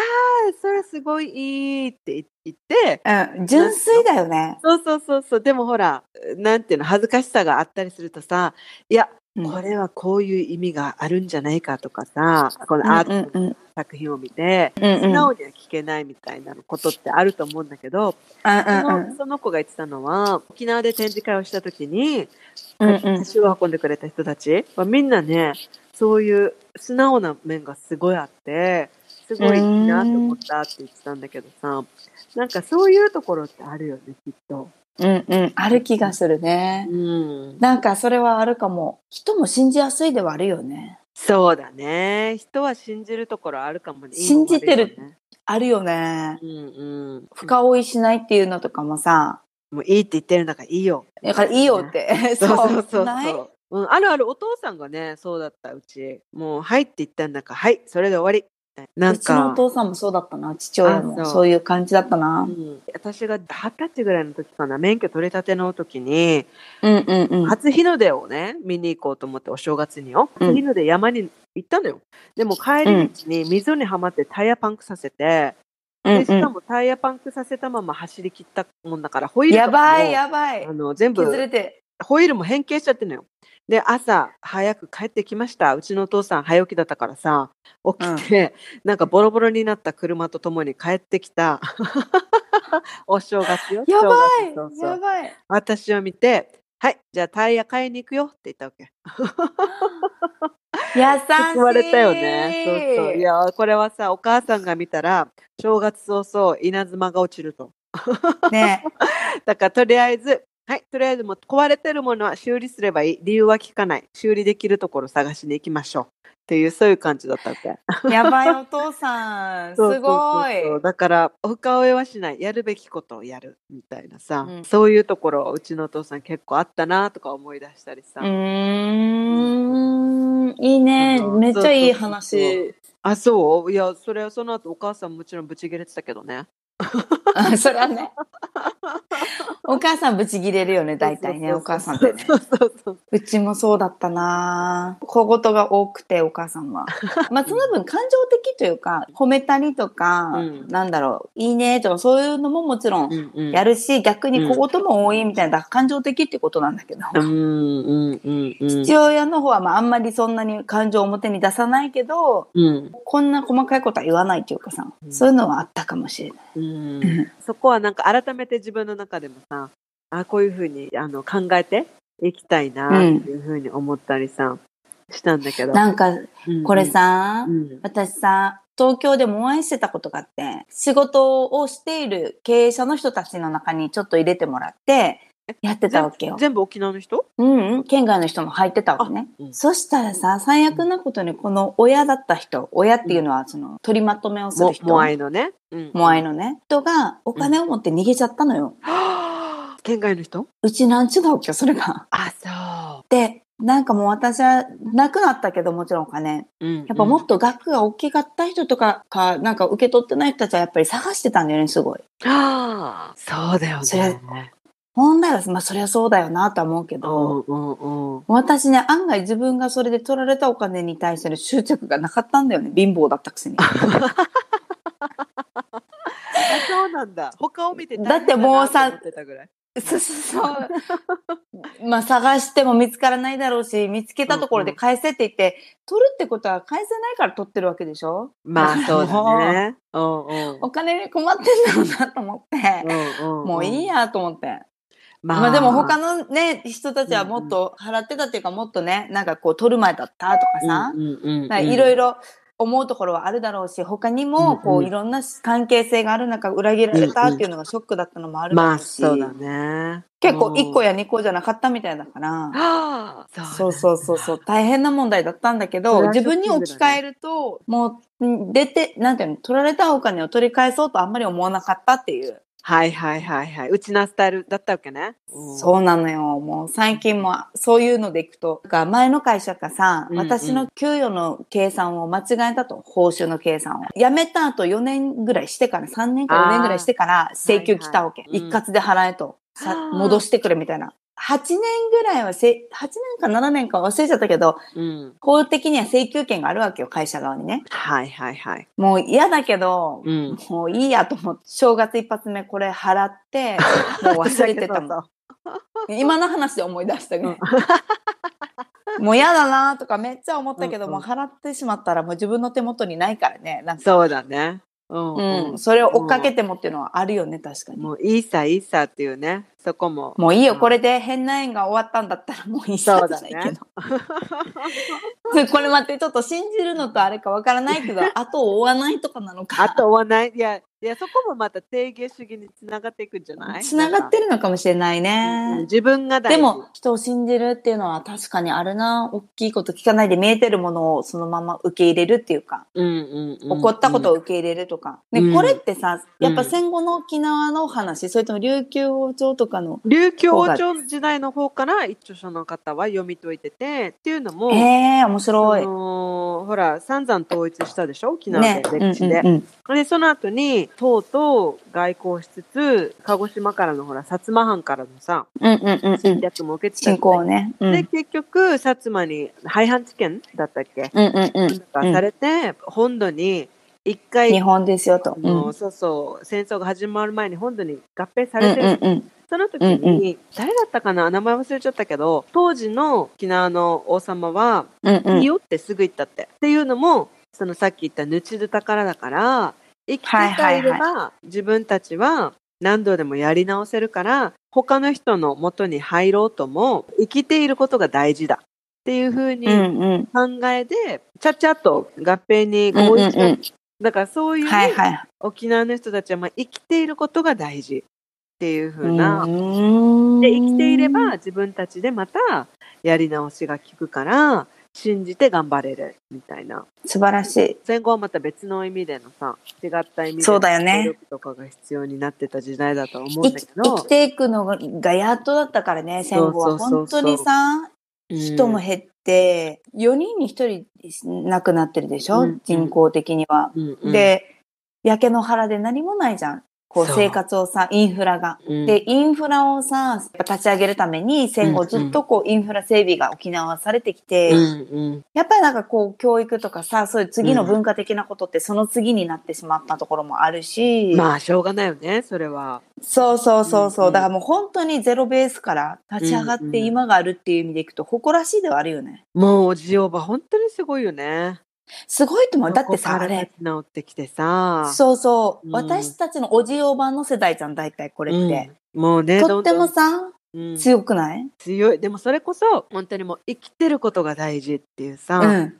それすごいいい」って言って
う。うん。純粋だよね。
そうそうそうそうでもほらなんていうの恥ずかしさがあったりするとさいや
うん
これはこういう意味があるんじゃないかとかさ、このアート
うんう
の
ん
作品を見て、
うんうん。う
素
ん
直には聞けないみたいなことってあると思うんだけど、
うん
そのその子が言ってたのは、沖縄で展示会をした時に、
うんうん。
足を運んでくれた人たちはみんなね、そういう素直な面がすごいあって、すごいいいなと思ったって言ってたんだけどさ、なんかそういうところってあるよね、きっと。
うんうん。ある気がするね。
うん。
なんかそれはあるかも。人も信じやすいではあるよね。
そうだね。人は信じるところあるかもね。
信じてる
いいのもあよね
あるよね。
うんうん。
深追いしないっていうのとかもさ。
もういいって言ってるんだからいいよ。
だからいいよって。 (laughs)
そうそうそう
な
そ。
いう
うん、あるあるお父さんがねそうだったうちもう「はい」って言ったんだから「はいそれで終わり」なん
うちの
か
お父さんもそうだったな。父親
あ
も
そう
そういう感じだったな
う。ん、私が二十歳ぐらいの時かな免許取り立ての時に
うんうんうん。
初日の出をね見に行こうと思ってお正月によ
うん
初日の出山に行ったのよ、でも帰り道に溝にはまってタイヤパンクさせて、
うん
でしか
う
もタイヤパンクさせたまま走り切ったもんだからホイー
ん。
ルとか
やば
も
いやばい
あ。の全部
削れて。
ホイールも変形しちゃってんのよ。で、朝早く帰ってきました。うちのお父さん早起きだったからさ、起きて、なんかボロボロになった車と共に帰ってき
(laughs)
た。お正月よ。
やば
正月そう
い
そう
やばい。
私を見て、はい、じゃあタイヤ買いに行くよって言ったわけ。
優しい。
言われたよね。そうそう。いや、これはさ、お母さんが見たら、正月早々稲妻が落ちると。
ね
だからとりあえず、はい、とりあえずもう壊れてるものは修理すればいい。理由は聞かない。修理できるところ探しに行きましょう。っていう、そういう感じだったわけ。
やばいお父さん。す
そうそうそう
ごい。
そうだから、深追いはしない。やるべきことをやる。みたいなさ、
うん
そういうところ、うちのお父さん結構あったなとか思い出したりさ。
うーん。いいね。
そう
めっちゃいい
そうそうそ
話。
あ、そういや、それはその後お母さんもちろんブチ切れてたけどね。
あ (laughs) それはね。お母さんブチギレるよね、大体ね、
そう
お
そう
母
そ
さ
うん
ってね。
そうそうそう。
うちもそうだったなぁ小言が多くて、お母さん
(laughs)
は。まあ、その分感情的というか、褒めたりとか、
うん
なんだろう、いいねとか、そういうのももちろん
うんうん
やるし、逆に小言も多いみたいな、感情的ってことなんだけど。
うんうんうんうん。
父親の方は、まあ、あんまりそんなに感情を表に出さないけど、
うん
こんな細かいことは言わないというかさ、
うん
そういうのはあったかもしれない。
うんそこはなんか改めて自分の中でもさ、あこういうふうにあの考えていきたいなっていうふうに思ったりさ、したんだけど。
なんか、
うん
これ、さ、
うん
私さ、東京でも応援してたことがあって、仕事をしている経営者の人たちの中にちょっと入れてもらって、やってたわけよ。
全部沖縄の人
うんうん、県外の人も入ってたわけね。
うん
そしたらさ、最悪なことにこの親だった人、親っていうのはその取りまとめをする
も
人、
モアイのね。うん
モアイのね、人がお金を持って逃げちゃったのよ。
はぁ (gasps) 県外の人
うちなんちだわけよ、それが。
あ、
で、なんかもう私はなくなったけど、もちろんお金。
そう。
やっぱも
と
っと額が大きかった人とかか、なんか受け取ってない人たちはやっぱり探してたんだよね、すごい。
あーそうだよ
それ
ね。
本来は、まあそりゃそうだよなとは思うけ
う
ど、
んうんうん。
私ね、案外自分がそれで取られたお金に対する執着がなかったんだよね、貧乏だったくせ
(laughs)
に。
あそうなんだ。他を見て
だってもうさ
大変だなと思ってたぐらい
そうそうそう。まあ探しても見つからないだろうし、見つけたところで返せって言って、取るってことは返せないから取ってるわけでしょ
まあそうだ
(laughs)
ね。うんうん
お金に困ってんだろうなと思って、
うんうんうん
もういいやと思って。
ま
まあでも他のね、人たちはもっと払ってたっていうか、もっとね、なんかこう、取る前だったとかさ、なんかいろい
ろ
ろ思うところはあるだろうし、他にもこ
うんう
うんいろんな関係性がある中、裏切られたっていうのがショックだったのもあるだろ
まあ
うし、
そうだね
結構1個
や
や2個じゃなかったみたいだから、
はあ
そうそうそうそう、大変な問題だったんだけど、
それはショ
自分
ッキング
に
だね
置き換えると、もうん出て、なんていうの、取られたお金を取り返そうとあんまり思わなかったっていう。
はいはいはいはいうちなスタイルだったわけねう
そうなのよ。もう最近もそういうのでいくと、なんか前の会社がさ、
うんうん
私の給与の計算を間違えたと、報酬の計算を。辞めた後4年ぐらいしてから、3年か4年ぐらいしてから請求来たわけ。
はいはいうん
一括で払えと、さ
あー
戻してくれみたいな。8年ぐらいはせ、8年か7年か忘れちゃったけど、
うん
法的には請求権があるわけよ、会社側にね。
はいはいはい
もう嫌だけど、
うん
もういいやと思って、正月一発目これ払 (laughs) って、もう忘れてたもん。今の話で思い出したね。 (laughs) もう嫌だなとかめっちゃ思ったけど、
うんう
も
ん
う払ってしまったらもう自分の手元にないからね。なんか
そうだねうん
うん、
うん
それを追っかけてもっていうのはあるよね、確かに。
もういいさいいさっていうねそこも
もういいよ、
うん
これで変な縁が終わったんだったらもういいさ
そう
じゃ
だ
な
ね
いけど。 (laughs) これ待って、ちょっと信じるのとあれかわからない (laughs) けど、後を追わないとかなのか。
あとはないいやいやそこもまた定義主義につながっていくんじゃない
つながってるのかもしれない
うん
ね。
自分が
で
大事
も、人を信じるっていうのは確かにあるな。大きいこと聞かないで見えてるものをそのまま受け入れるっていうか、
うんうんうん
起こったことを受け入れるとか。ね
うん
これってさ、やっ
う
ぱ
ん
戦後の沖縄の話、それとも琉球王朝とかの、
琉球王朝時代の方から一著書の方は読み解いててっていうのも、
ええ面白い
そ。のほら散々統一したでしょ沖縄
ね
で、歴史で,、
うんうん
でその後に唐と外交しつつ鹿児島からのほら薩摩藩からのさ
うんうんうんうんうん
侵略も受けてた
信
じゃ
仰
ない
ね。うん
で結局薩摩に廃藩置県だったっけ、
うんうんうん
なんかされて本土に一回
日本ですよと。
あ
うん
のそうそう戦争が始まる前に本土に合併さ
うん
れてる
うんうん
その時に、
うん
誰だったかな名前忘れちゃったけど当時の沖縄の王様は
うん
「いい
うん
よ」ってすぐ言ったって、っていうのもそのさっき言った「ぬちる宝」だから生きてさえいれば、
はいは
自分たちは何度でもやり直せるから他の人の元に入ろうとも生きていることが大事だっていうふうに
うんうん
考えで、ちゃちゃっと合併に
うん
合
う
意し
ん
て、
うん
だからそういうね、
はいはい。
沖縄の人たちはまあ生きていることが大事っていう風な、で
で
生きていれば自分たちでまたやり直しが効くから信じて頑張れるみたいな
素晴らしい。
戦後はまた別の意味でのさ違った意味で
そう
の
だよね
努力とかが必要になってた時代だとは思うん
生
だ
き
けど
生きていくのががやっとだったからね戦後は
そうそ
本
うそうそう
当にさ人も減って4人に1人亡くなってるでしょ、
うん
人口的には。
うんうん
で焼け野原で何もないじゃんこう
そう
生活をさインフラが。
うん
でインフラをさやっぱ立ち上げるために戦後ずっとこうインフラ整備が沖縄はされてきて、
うんうん
やっぱりなんかこう教育とかさそういう次の文化的なことってその次になってしまったところもあるし。
まあしょうがないよねそれは。
そうそうそうそう、
うんうん
だからもう本当にゼロベースから立ち上がっ
うんうん
て今があるっていう意味でいくと誇らしいではあるよね。
もうおじおば本当にすごいよね。
すごいと思う。だって
そ
さ、
こ
あ
から
れ
立。ち直ってきてさ。
そうそう、
うん
私たちのおじいおばあの世代じゃん、大体これって。
うんもうね
とっても
どん
さ、
どんうん
強くない
強いでもそれこそ本当にもう生きてることが大事っていうさ、
うん。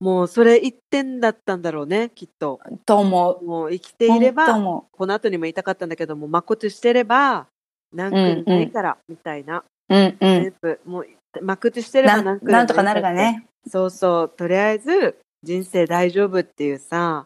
もうそれ一点だったんだろうねきっと
と思
もう生き
う。
ていれ
と
ば
思
この後にも言いたかったんだけどもまことしてれば何くないからみたいな、
う。うんうん。
全部もうまことしてれば
な
何
なんとかなるがね。
そうそうとりあえず人生大丈夫っていうさ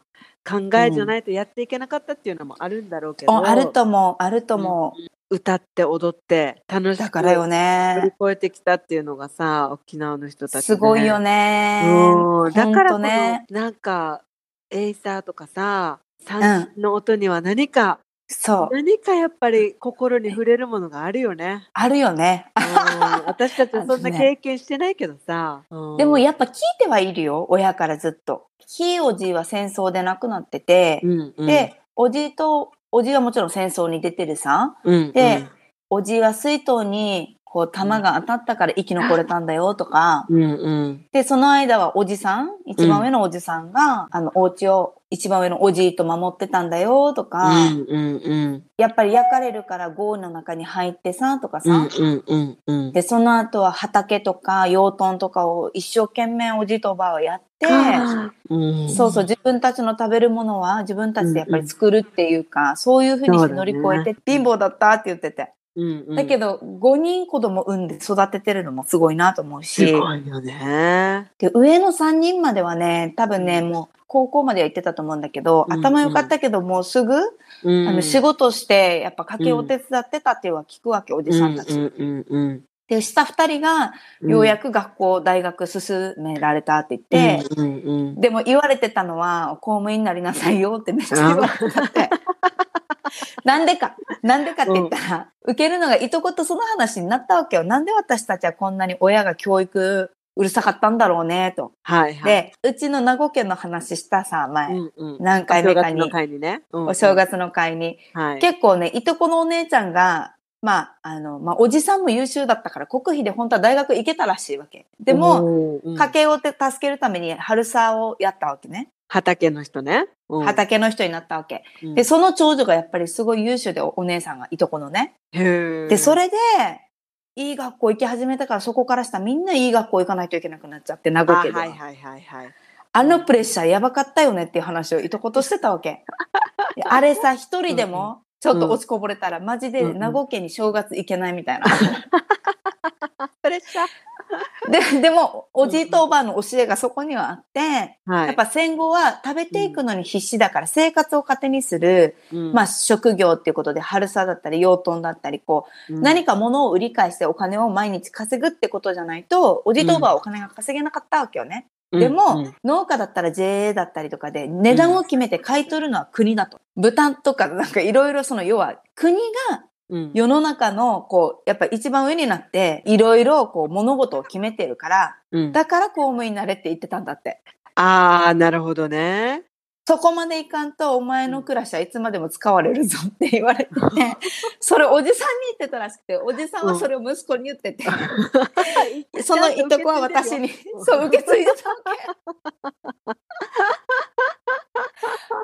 考えじゃないとやっていけなかったっていうのもあるんだろうけど、
おあると思う、あると思う。
歌って踊って楽しく
だからよ
乗り
ね。
越えてきたっていうのがさ沖縄の人たち、ね、
すごいよね。
うんだから
ほんと
この
ね。
なんかエイサーとかさ
ん
三振の音には何か、
そう。
何かやっぱり心に触れるものがある
(laughs)
よね。
あるよね。
うん私たちはそんな
あるね
経験してないけどさ、うん
でもやっぱ聞いてはいるよ、親からずっと。ひいおじいは戦争で亡くなってて、
うんうん、
で、おじいと、おじいはもちろん戦争に出てるさ、
うんうん
でおじいは水筒にこう、弾が当たったから生き残れたんだよとか、
うんうん。
で、その間はおじさん、一番上のおじさんが、あの、お家を一番上のおじいと守ってたんだよと
う
か、
んうんうん。
やっぱり焼かれるから豪雨の中に入ってさ、とかさ、
うんうんうんうん。
で、その後は畑とか養豚とかを一生懸命おじいとおばあはやって、
うん、
そうそう、自分たちの食べるものは自分たちでやっぱり作るっていうか、そういうふうにして乗り越
そうだ
えて、貧乏だったって言ってて。
うんうん、
だけど、5人子供産んで育ててるのもすごいなと思う
す
し、
ごいよね。
で上の3人まではね、多分ね、もう高校までは行ってたと思うんだけど、
うんうん
頭良かったけど、もうすぐ、
うん
あの仕事して、やっぱ家計を手伝ってたっていうのは聞くわけ、おじさんたち。
うんうんうん
で、下2人が、
うん、
ようや
く
く学校、大学進められたって言って、
うんうんうん、
でも言われてたのは、公務員になりなさいよってめっちゃ言われてたって。なんでか、なんでかって言ったら、受けるのがいとことその話になったわけよ。なんで私たちはこんなに親が教育うるさかったんだろうね、と。
はいはい。
で、うちの名護県の話したさ、前。
うんうん、
何回目か
お正月の
に。
会にね。うんうん
お正。月の会に。
はい。
結構ね、いとこのお姉ちゃんが、まあ、あの、まあ、おじさんも優秀だったから、国費で本当は大学行けたらしいわけ。でも、
も、うん
家計をて助けるために春沢をやったわけね。
畑の人ね。うん、
畑の人になったわけ。
うん
で、その長女がやっぱりすごい優秀で、おお姉さんが、いとこのね。
へ
で、それ
れ
で、いい学校行き始めたから、そこからしたらみんないい学校行かないといけなくなっちゃって、名
あ
護
は
家
い
では
はいはいはい。
あのプレッシャーやばかったよねっていう話をいとことしてたわけ。
(laughs)
いやあれさ、一人でもちょっと落ちこぼれたら、マジで名護家に正月行けないみたいな。
(laughs) プレッシャー。
で、でも、おじいとおばあの教えがそこにはあって、
はい。
やっぱ戦後は食べていくのに必死だから、生活を糧にする、
うん、
まあ職業っていうことで、春さだったり、養豚だったり、こ
うん
う、何か物を売り買いしてお金を毎日稼ぐってことじゃないと、おじいとおばあはお金が稼げなかったわけよね。でも、
うん
農家だったら JA だったりとかで値段を決めて買い取るのは国だと。豚とかなんかいろいろその要は国が
うん
世の中のこうやっぱ一番上になっていろいろこう物事を決めてるから
うん、
だから公務員になれって言ってたんだって。
ああ、なるほどね。
そこまでいかんとお前の暮らしはいつまでも使われるぞって言われてて、 (laughs) それおじさんに言ってたらしくて、おじさんはそれを息子に言って (laughs) て、 (laughs) そのいとこは私に
うん、
そう、受け継いでたわけ。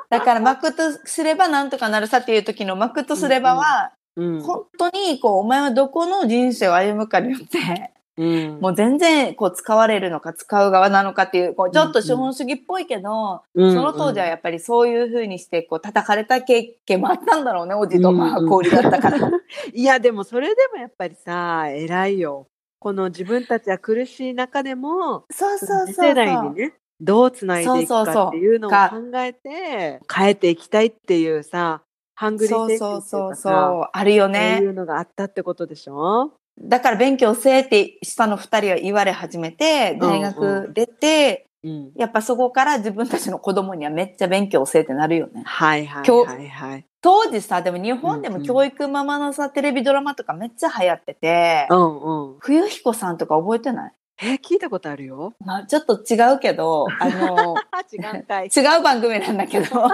だから、マクとすればなんとかなるさっていう時のマクとすればは、
(laughs) うん、
本当に、こう、お前はどこの人生を歩むかによって、
うん、
もう全然、こう、使われるのか使う側なのかっていう、こう、ちょっと資本主義っぽいけど、
うん、
その当時はやっぱりそういう風にして、こう、叩かれた経験もあったんだろうね、おじとまあ、
うん
氷だった
(laughs)
から。
いやでもそれでもやっぱりさ偉いよこの自分たちは苦しい中でも
そうそうそうそう。
次世代にねどうつないでいく
そうそうそ
か
う
っていうのを考えて変えていきたいっていうさハングリー
そう
精神
そう
ってい
そうう
かさ
そう。あるよね。
そういうのがあったってことでしょ
だから勉強せえって下の二人は言われ始めて、大
うんう
学出て、
うん
やっぱそこから自分たちの子供にはめっちゃ勉強せえってなるよね。
はいはい
教
はいはい
当時さ、でも日本で
うん
も
うん
教育ママのさ、テレビドラマとかめっちゃ流行ってて、
うんうん
冬彦さんとか覚えてない
え聞いたことあるよ
まあちょっと違うけど、あの、
あ違うかい
違う番組なんだけど。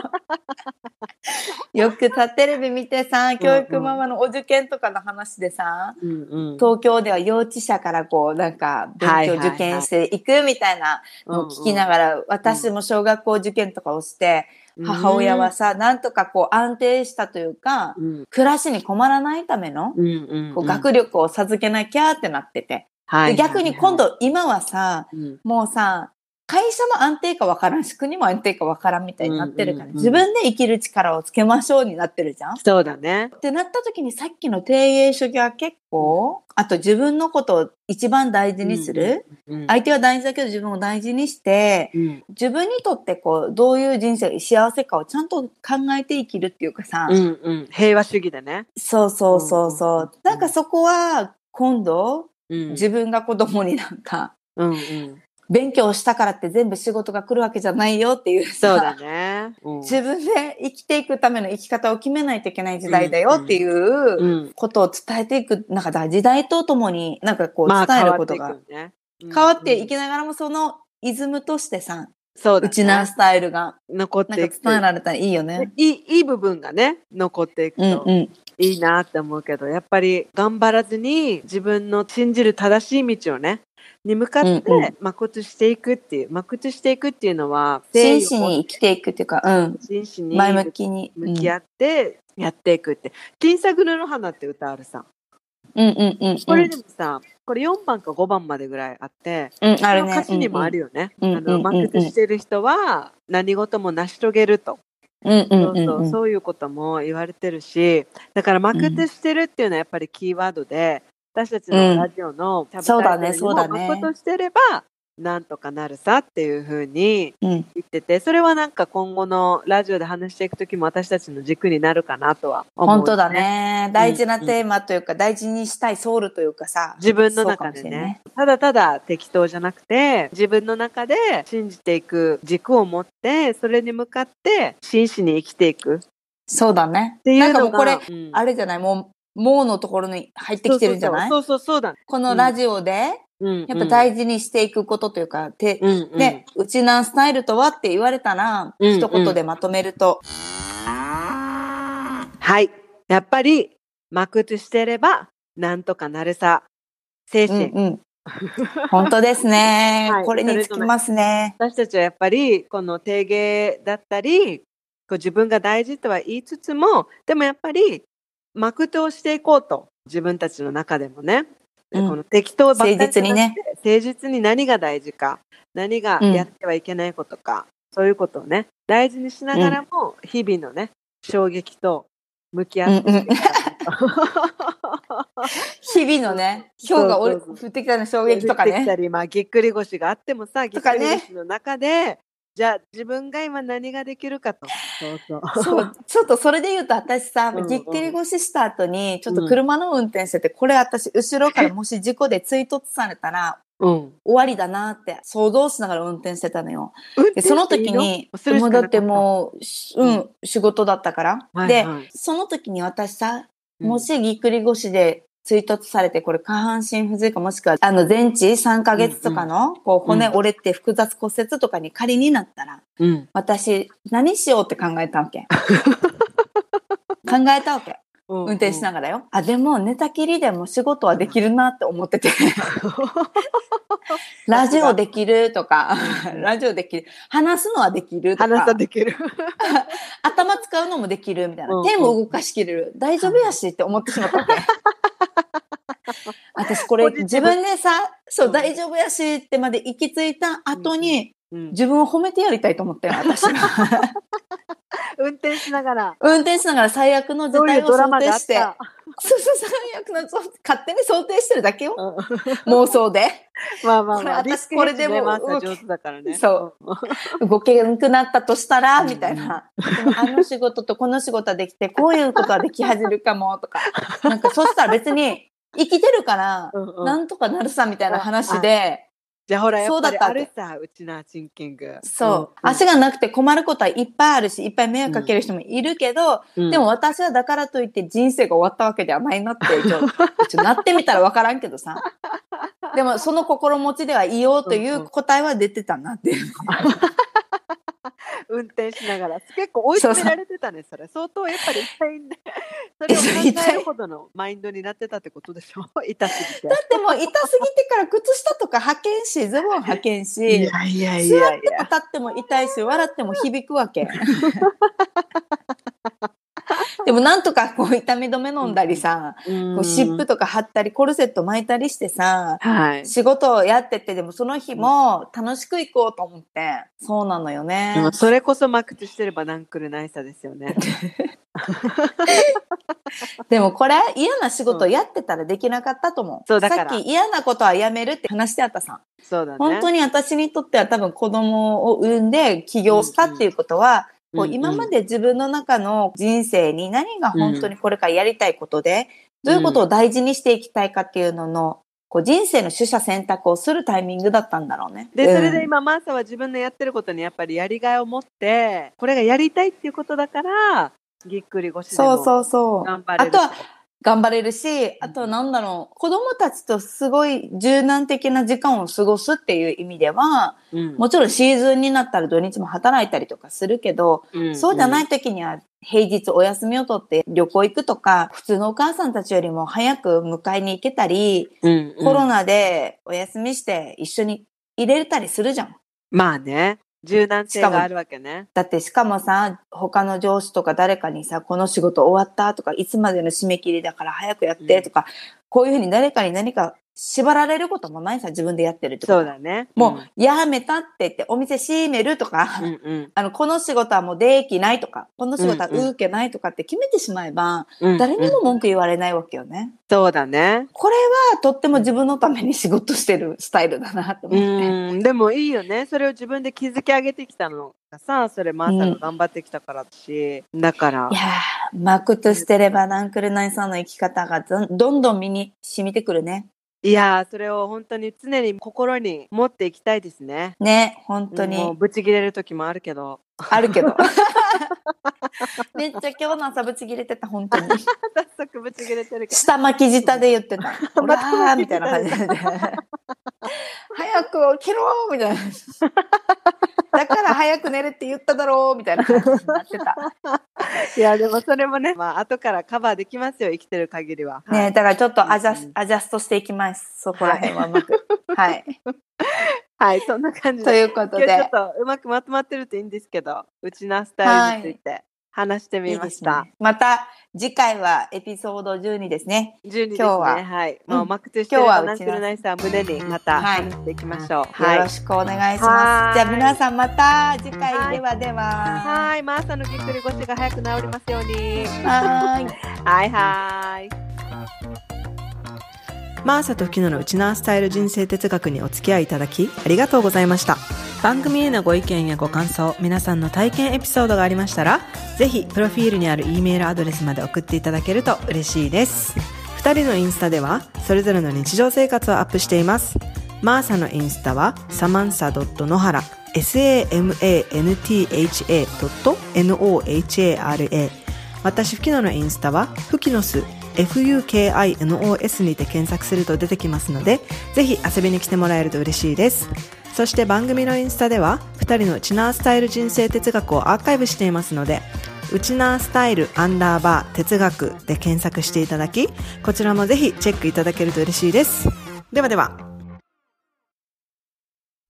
よくさ、テレビ見てさ、教育ママのお受験とかの話でさ、
(laughs) うんうん
東京では幼稚舎からこう、なんか、勉強受験していくみたいな
うんう
を
ん
聞きながら、私も小学校受験とかをして、母親はさ、なんとかこう安定したというか、
うん
暮らしに困らないための、
うんうん
こう学力を授けなきゃってなってて。
は
で
い
逆に今
度
度、今はさ、もうさ、会社も安定かわからんし、国も安定かわからんみたいになってるから、
うんうんうん
自分で生きる力をつけましょうになってるじゃんっ
そうだね
てなった時にさっきの定義主義は結構、あと自分のことを一番大事にする、
うん
相手は大事だけど自分を大事にして、
うん
自分にとってこうどういう人生幸せかをちゃんと考えて生きるっていうかさ、
うんうん平和主義だね
そうそうそうそう、
うん
なんかそこは今度
うん
自分が子供になんか
うんうん、
勉強したからって全部仕事が来るわけじゃないよっていう
そ
さ
うだね。うん、
自分で生きていくための生き方を決めないといけない時代だよっていううんことを伝えていくなんかだ時代とともになんかこう伝えることが
変わっていくよね
変わっていきながらもそのイズムとしてさ
そうだ
う
ね
ちなスタイルが。
残っ
なん
て
か
いく
伝えられたらいいよね。
いいいい部分がね残っていく
うん
と
うん。
いいなって思うけど、やっぱり頑張らずに自分の信じる正しい道をねに向かって
うんうん
まことしていくっていうまことしていくっていうのは
真摯に生きていくっていうか、うん。
真摯に
前向きに。
向き合ってやっていくって「金策の花」って歌あるさ
うんうんうんうん。
これでもさ、これ4番か5番までぐらいあって
うん、あ
こ
る
の
ね。
歌詞にもあるよね。
うんうん
あの
うんうん
満喫してる人は何事も成し遂げると
うんうん
そう
うんうん。
そうそういうことも言われてるしだからマクテしてるっていうのはやっぱりキーワードで、私たちのラジオのキャ
そうだね
に
そ
も
うだね
マクトしてればなんとかなるさっていうふうに
うん
言っててそれはなんか今後のラジオで話していく時も私たちの軸になるかなとは思う、
本当だね。大事なテーマというか、大事にしたいソウルというかさ。
自分の中で
そうかもしれ
ね
ないね
ただただ適当じゃなくて自分の中で信じていく軸を持ってそれに向かって真摯に生きていくっ
そうだね。
てい
なん
う
かも
の
うこ
が
れ、
うん
あれじゃないもう、もうのところに入ってきてるんじゃない
そうそうそうそうだ。
このラジオで、
うん
やっぱ大事にしていくことというか、て、
うんうん、
で、うちなんスタイルとはって言われたら、
うん
一言でまとめると、
はい。やっぱり、マクトしてれば、なんとかなるさ。精
う
神。。
んうん。本当ですね
(laughs) はい
これに尽きますね。
私たちはやっぱり、この提言だったり、こう自分が大事とは言いつつも、でもやっぱり、マクトをしていこうと。自分たちの中でもね。で
うん
この適当ばっかりじゃなくて
誠実にね。
誠実に何が大事か。何がやってはいけないことか。そういうことをね、大事にしながらも、日々のね、衝撃と向き合
うん
っ
うん。
(laughs)
日々のね、
そう
氷がおり
そうそう
降ってきたの衝撃とか
降ってきた
ね。
り、まあ、ぎっくり腰があってもさ、ぎっ
と
く
か
り
ね
腰の中で、じゃあ自分が今何ができるかと。そうそう。
そう、 (laughs) ちょっとそれで言うと私さ
うんう、ん
ぎっくり腰した後に、ちょっと車の運転してて、これ私、後ろからもし事故で追突されたら、
うん。
終わりだなって想像しながら運転してたのよ。
運
で、
転
その
していい
時に、
それし
も
か
うだ
なか
っ
った
てもう、しうん、仕事だったから。
はい
で
はい、
その時に私さ、
うん
もしぎっくり腰で追突されて、これ下半身不随かもしくは、あの、全治3ヶ月とかの、こう、骨折れて複雑骨折とかに仮になったら、
うん。
私、何しようって考えたわけ。
(laughs)
考えたわけ。
運
運転しながらよ。あ、でも寝たきりでも仕事はできるなって思って
(laughs)
て。ラジオできるとか、 (laughs) ラジオできる。話すのはできると
話
か
さ、できる。
頭使うのもできるみたい
うんう
な。
ん
手も動かしきれる。大丈夫やしって思ってしまったわ
(laughs)
け。私これ
ポジティブ
自分でさ、そうう、
ん
大丈夫やしってまで行き着いた後に、
うん
自分を褒めてやりたいと思ったよ、私が。
運転しながら。
運転しながら最悪の事
どうい
態
う
を
ドラ
想
マ
定
があっ
して。
た。
そうそう、最悪の想定、勝手に想定してるだけ
(laughs)
よ。
うん
妄想で。
まあまあまあ、
これ私
リスク
これで
ヘッジね
も
マーサ上手だからね。
そ動けなくなったとしたら、
うん
みたいな。でもあの仕事とこの仕事はできて、こういうことはでき始めるかも、とか。なんか、そしたら別に、生きてるから、
うんうん
なんとかなるさ、みたいな話で、
じゃあほら、や
そ
っ
うだ
ぱ
っ
り
た
あ
わけ
るさ、うちなシンキング。
そう。
ん
足がなくて困ることはいっぱいあるし、いっぱい迷惑かける人もいるけど、
うん
でも私はだからといって人生が終わったわけではないなって、ちょちょなってみたらわからんけど (laughs) さ。でも、その心持ちではいようとい
うんう
うん答えは出てたなっていう。 (laughs)
運転しながら結構追い詰められてたねそれ相当やっぱり痛いんで
(laughs)
それを考えるほどのマインドになってたってことでしょ痛すぎ
だってもう痛すぎてから靴下とか履けんし、ズボン履けん
てい
し、
やいやい
座
や
っ
い
ても
や
立っても痛いし、笑っても響くわ (laughs) け。でもなんとかこう痛み止め飲んだりさ、こう湿布
と
とか貼ったり、コルセット巻いたりしてさ、
はい
仕事をやってて、でもその日も楽しく行こうと思って。そうなのよ
で
ね
も。それこそマクチしてればなんくるないさです
(laughs)
よね
でもこれ嫌な仕事をやってたらできなかったと思う。
そうだから
さっき嫌なことはやめるって話してあったさ。
そうだね
本当に私にとっては多分子供を産んで起業したっていうことは、こう今まで自分の中の人生に何が本当にこれからやりたいことで、
う
ど
ん
ういうことを大事にしていきたいかっていうのの、こう人生の取捨選択をするタイミングだったんだろうね。
で
うん
それで今マーサは自分のやってることにやっぱりやりがいを持ってこれがやりたいっていうことだからぎっくり腰で
そう
も
そうそう。
頑張れ
あ
る
とは、頑張れるし、あとはなんだろう、子供たちとすごい柔軟的な時間を過ごすっていう意味では、
うん。
もちろんシーズンになったら土日も働いたりとかするけど、そうじゃないい時には平日お休みを取って旅行行くとか、普通のお母さんたちよりも早く迎えに行けたり、
うんうん
コロナでお休みして一緒に入れたりするじゃん。
まあね、柔軟性
しかも
があるわけね。
だってしかもさ、他の上司とか誰かにさ、この仕事終わったとか、いつまでの締め切りだから早くやってとか、こういうふうに誰かに何か縛られることもないさ、自分でやってるってこと
そうだね。
もう、やめたって言って、お店閉めるとか、
うん、うんうん
あの、この仕事はもうできないとか、この仕事は受けないとかって決めてしまえば、
うん
誰に
うん
も文句言われないわけよね。
そうだね。
これはとっても自分のために仕事してるスタイルだなと
う
思って。
ん、でもいいよね。それを自分で築き上げてきたのがさ、それマーサが頑張ってきたからだし、だから
い、やー、マクトしてればランクルナイさんの生き方がどんどんどん身に染みてくるね。
いやー、それを本当に常に心に持っていきたいですね。
ね、本当
もう
に。
ぶち切れる時もあるけど。 (laughs)
あるけど。 (laughs) めっちゃ今日の朝ぶち切れてた、本当に。
早速ぶち切れてるけ
下巻き舌で言って
(laughs)
た。ほらーみたいな感じで。 (laughs) 早く起きろーみたいな。 (laughs) だから早く寝るって言っただろうみたいな感じになってた。
(laughs) ど。いや、でもそれもね、まあ、後からカバーできますよ、生きてる限りは。
ね
はい
だからちょっとアジャ
うん
スアジャストしていきます。そこら辺はうまく。はい。
はい、そんな感じ
と
で。
いうこと
今日ちょ
で
っ。とうまくまとまってるといいんですけど、うちのスタイルについて話してみま
いい
した。
ですねまた次回はエピソード12ですね。
12ですね。
今日は
はい。もう、
うん
マックトゥしてる
今日はうちの
ナンクルナイスは胸にまた話していきましょ
よ
う。は
ろ
い。
しくお願いし
は
ます。じ
い
ゃあ皆さんまた次回ではでは。
はい。マーサのぎっくり腰が早く治りますように。
はーい。
はいはい。マーサとフキノのウチナースタイル人生哲学にお付き合いいただきありがとうございました番組へのご意見やご感想皆さんの体験エピソードがありましたらぜひプロフィールにある E メールアドレスまで送っていただけると嬉しいです2人のインスタではそれぞれの日常生活をアップしていますマーサのインスタはサマンサ野原 samantha.nohara 私フキノのインスタはフキノス FUKINOS にて検索すると出てきますのでぜひ遊びに来てもらえると嬉しいですそして番組のインスタでは2人のウチナースタイル人生哲学をアーカイブしていますのでウチナースタイルアンダーバー哲学で検索していただきこちらもぜひチェックいただけると嬉しいですではでは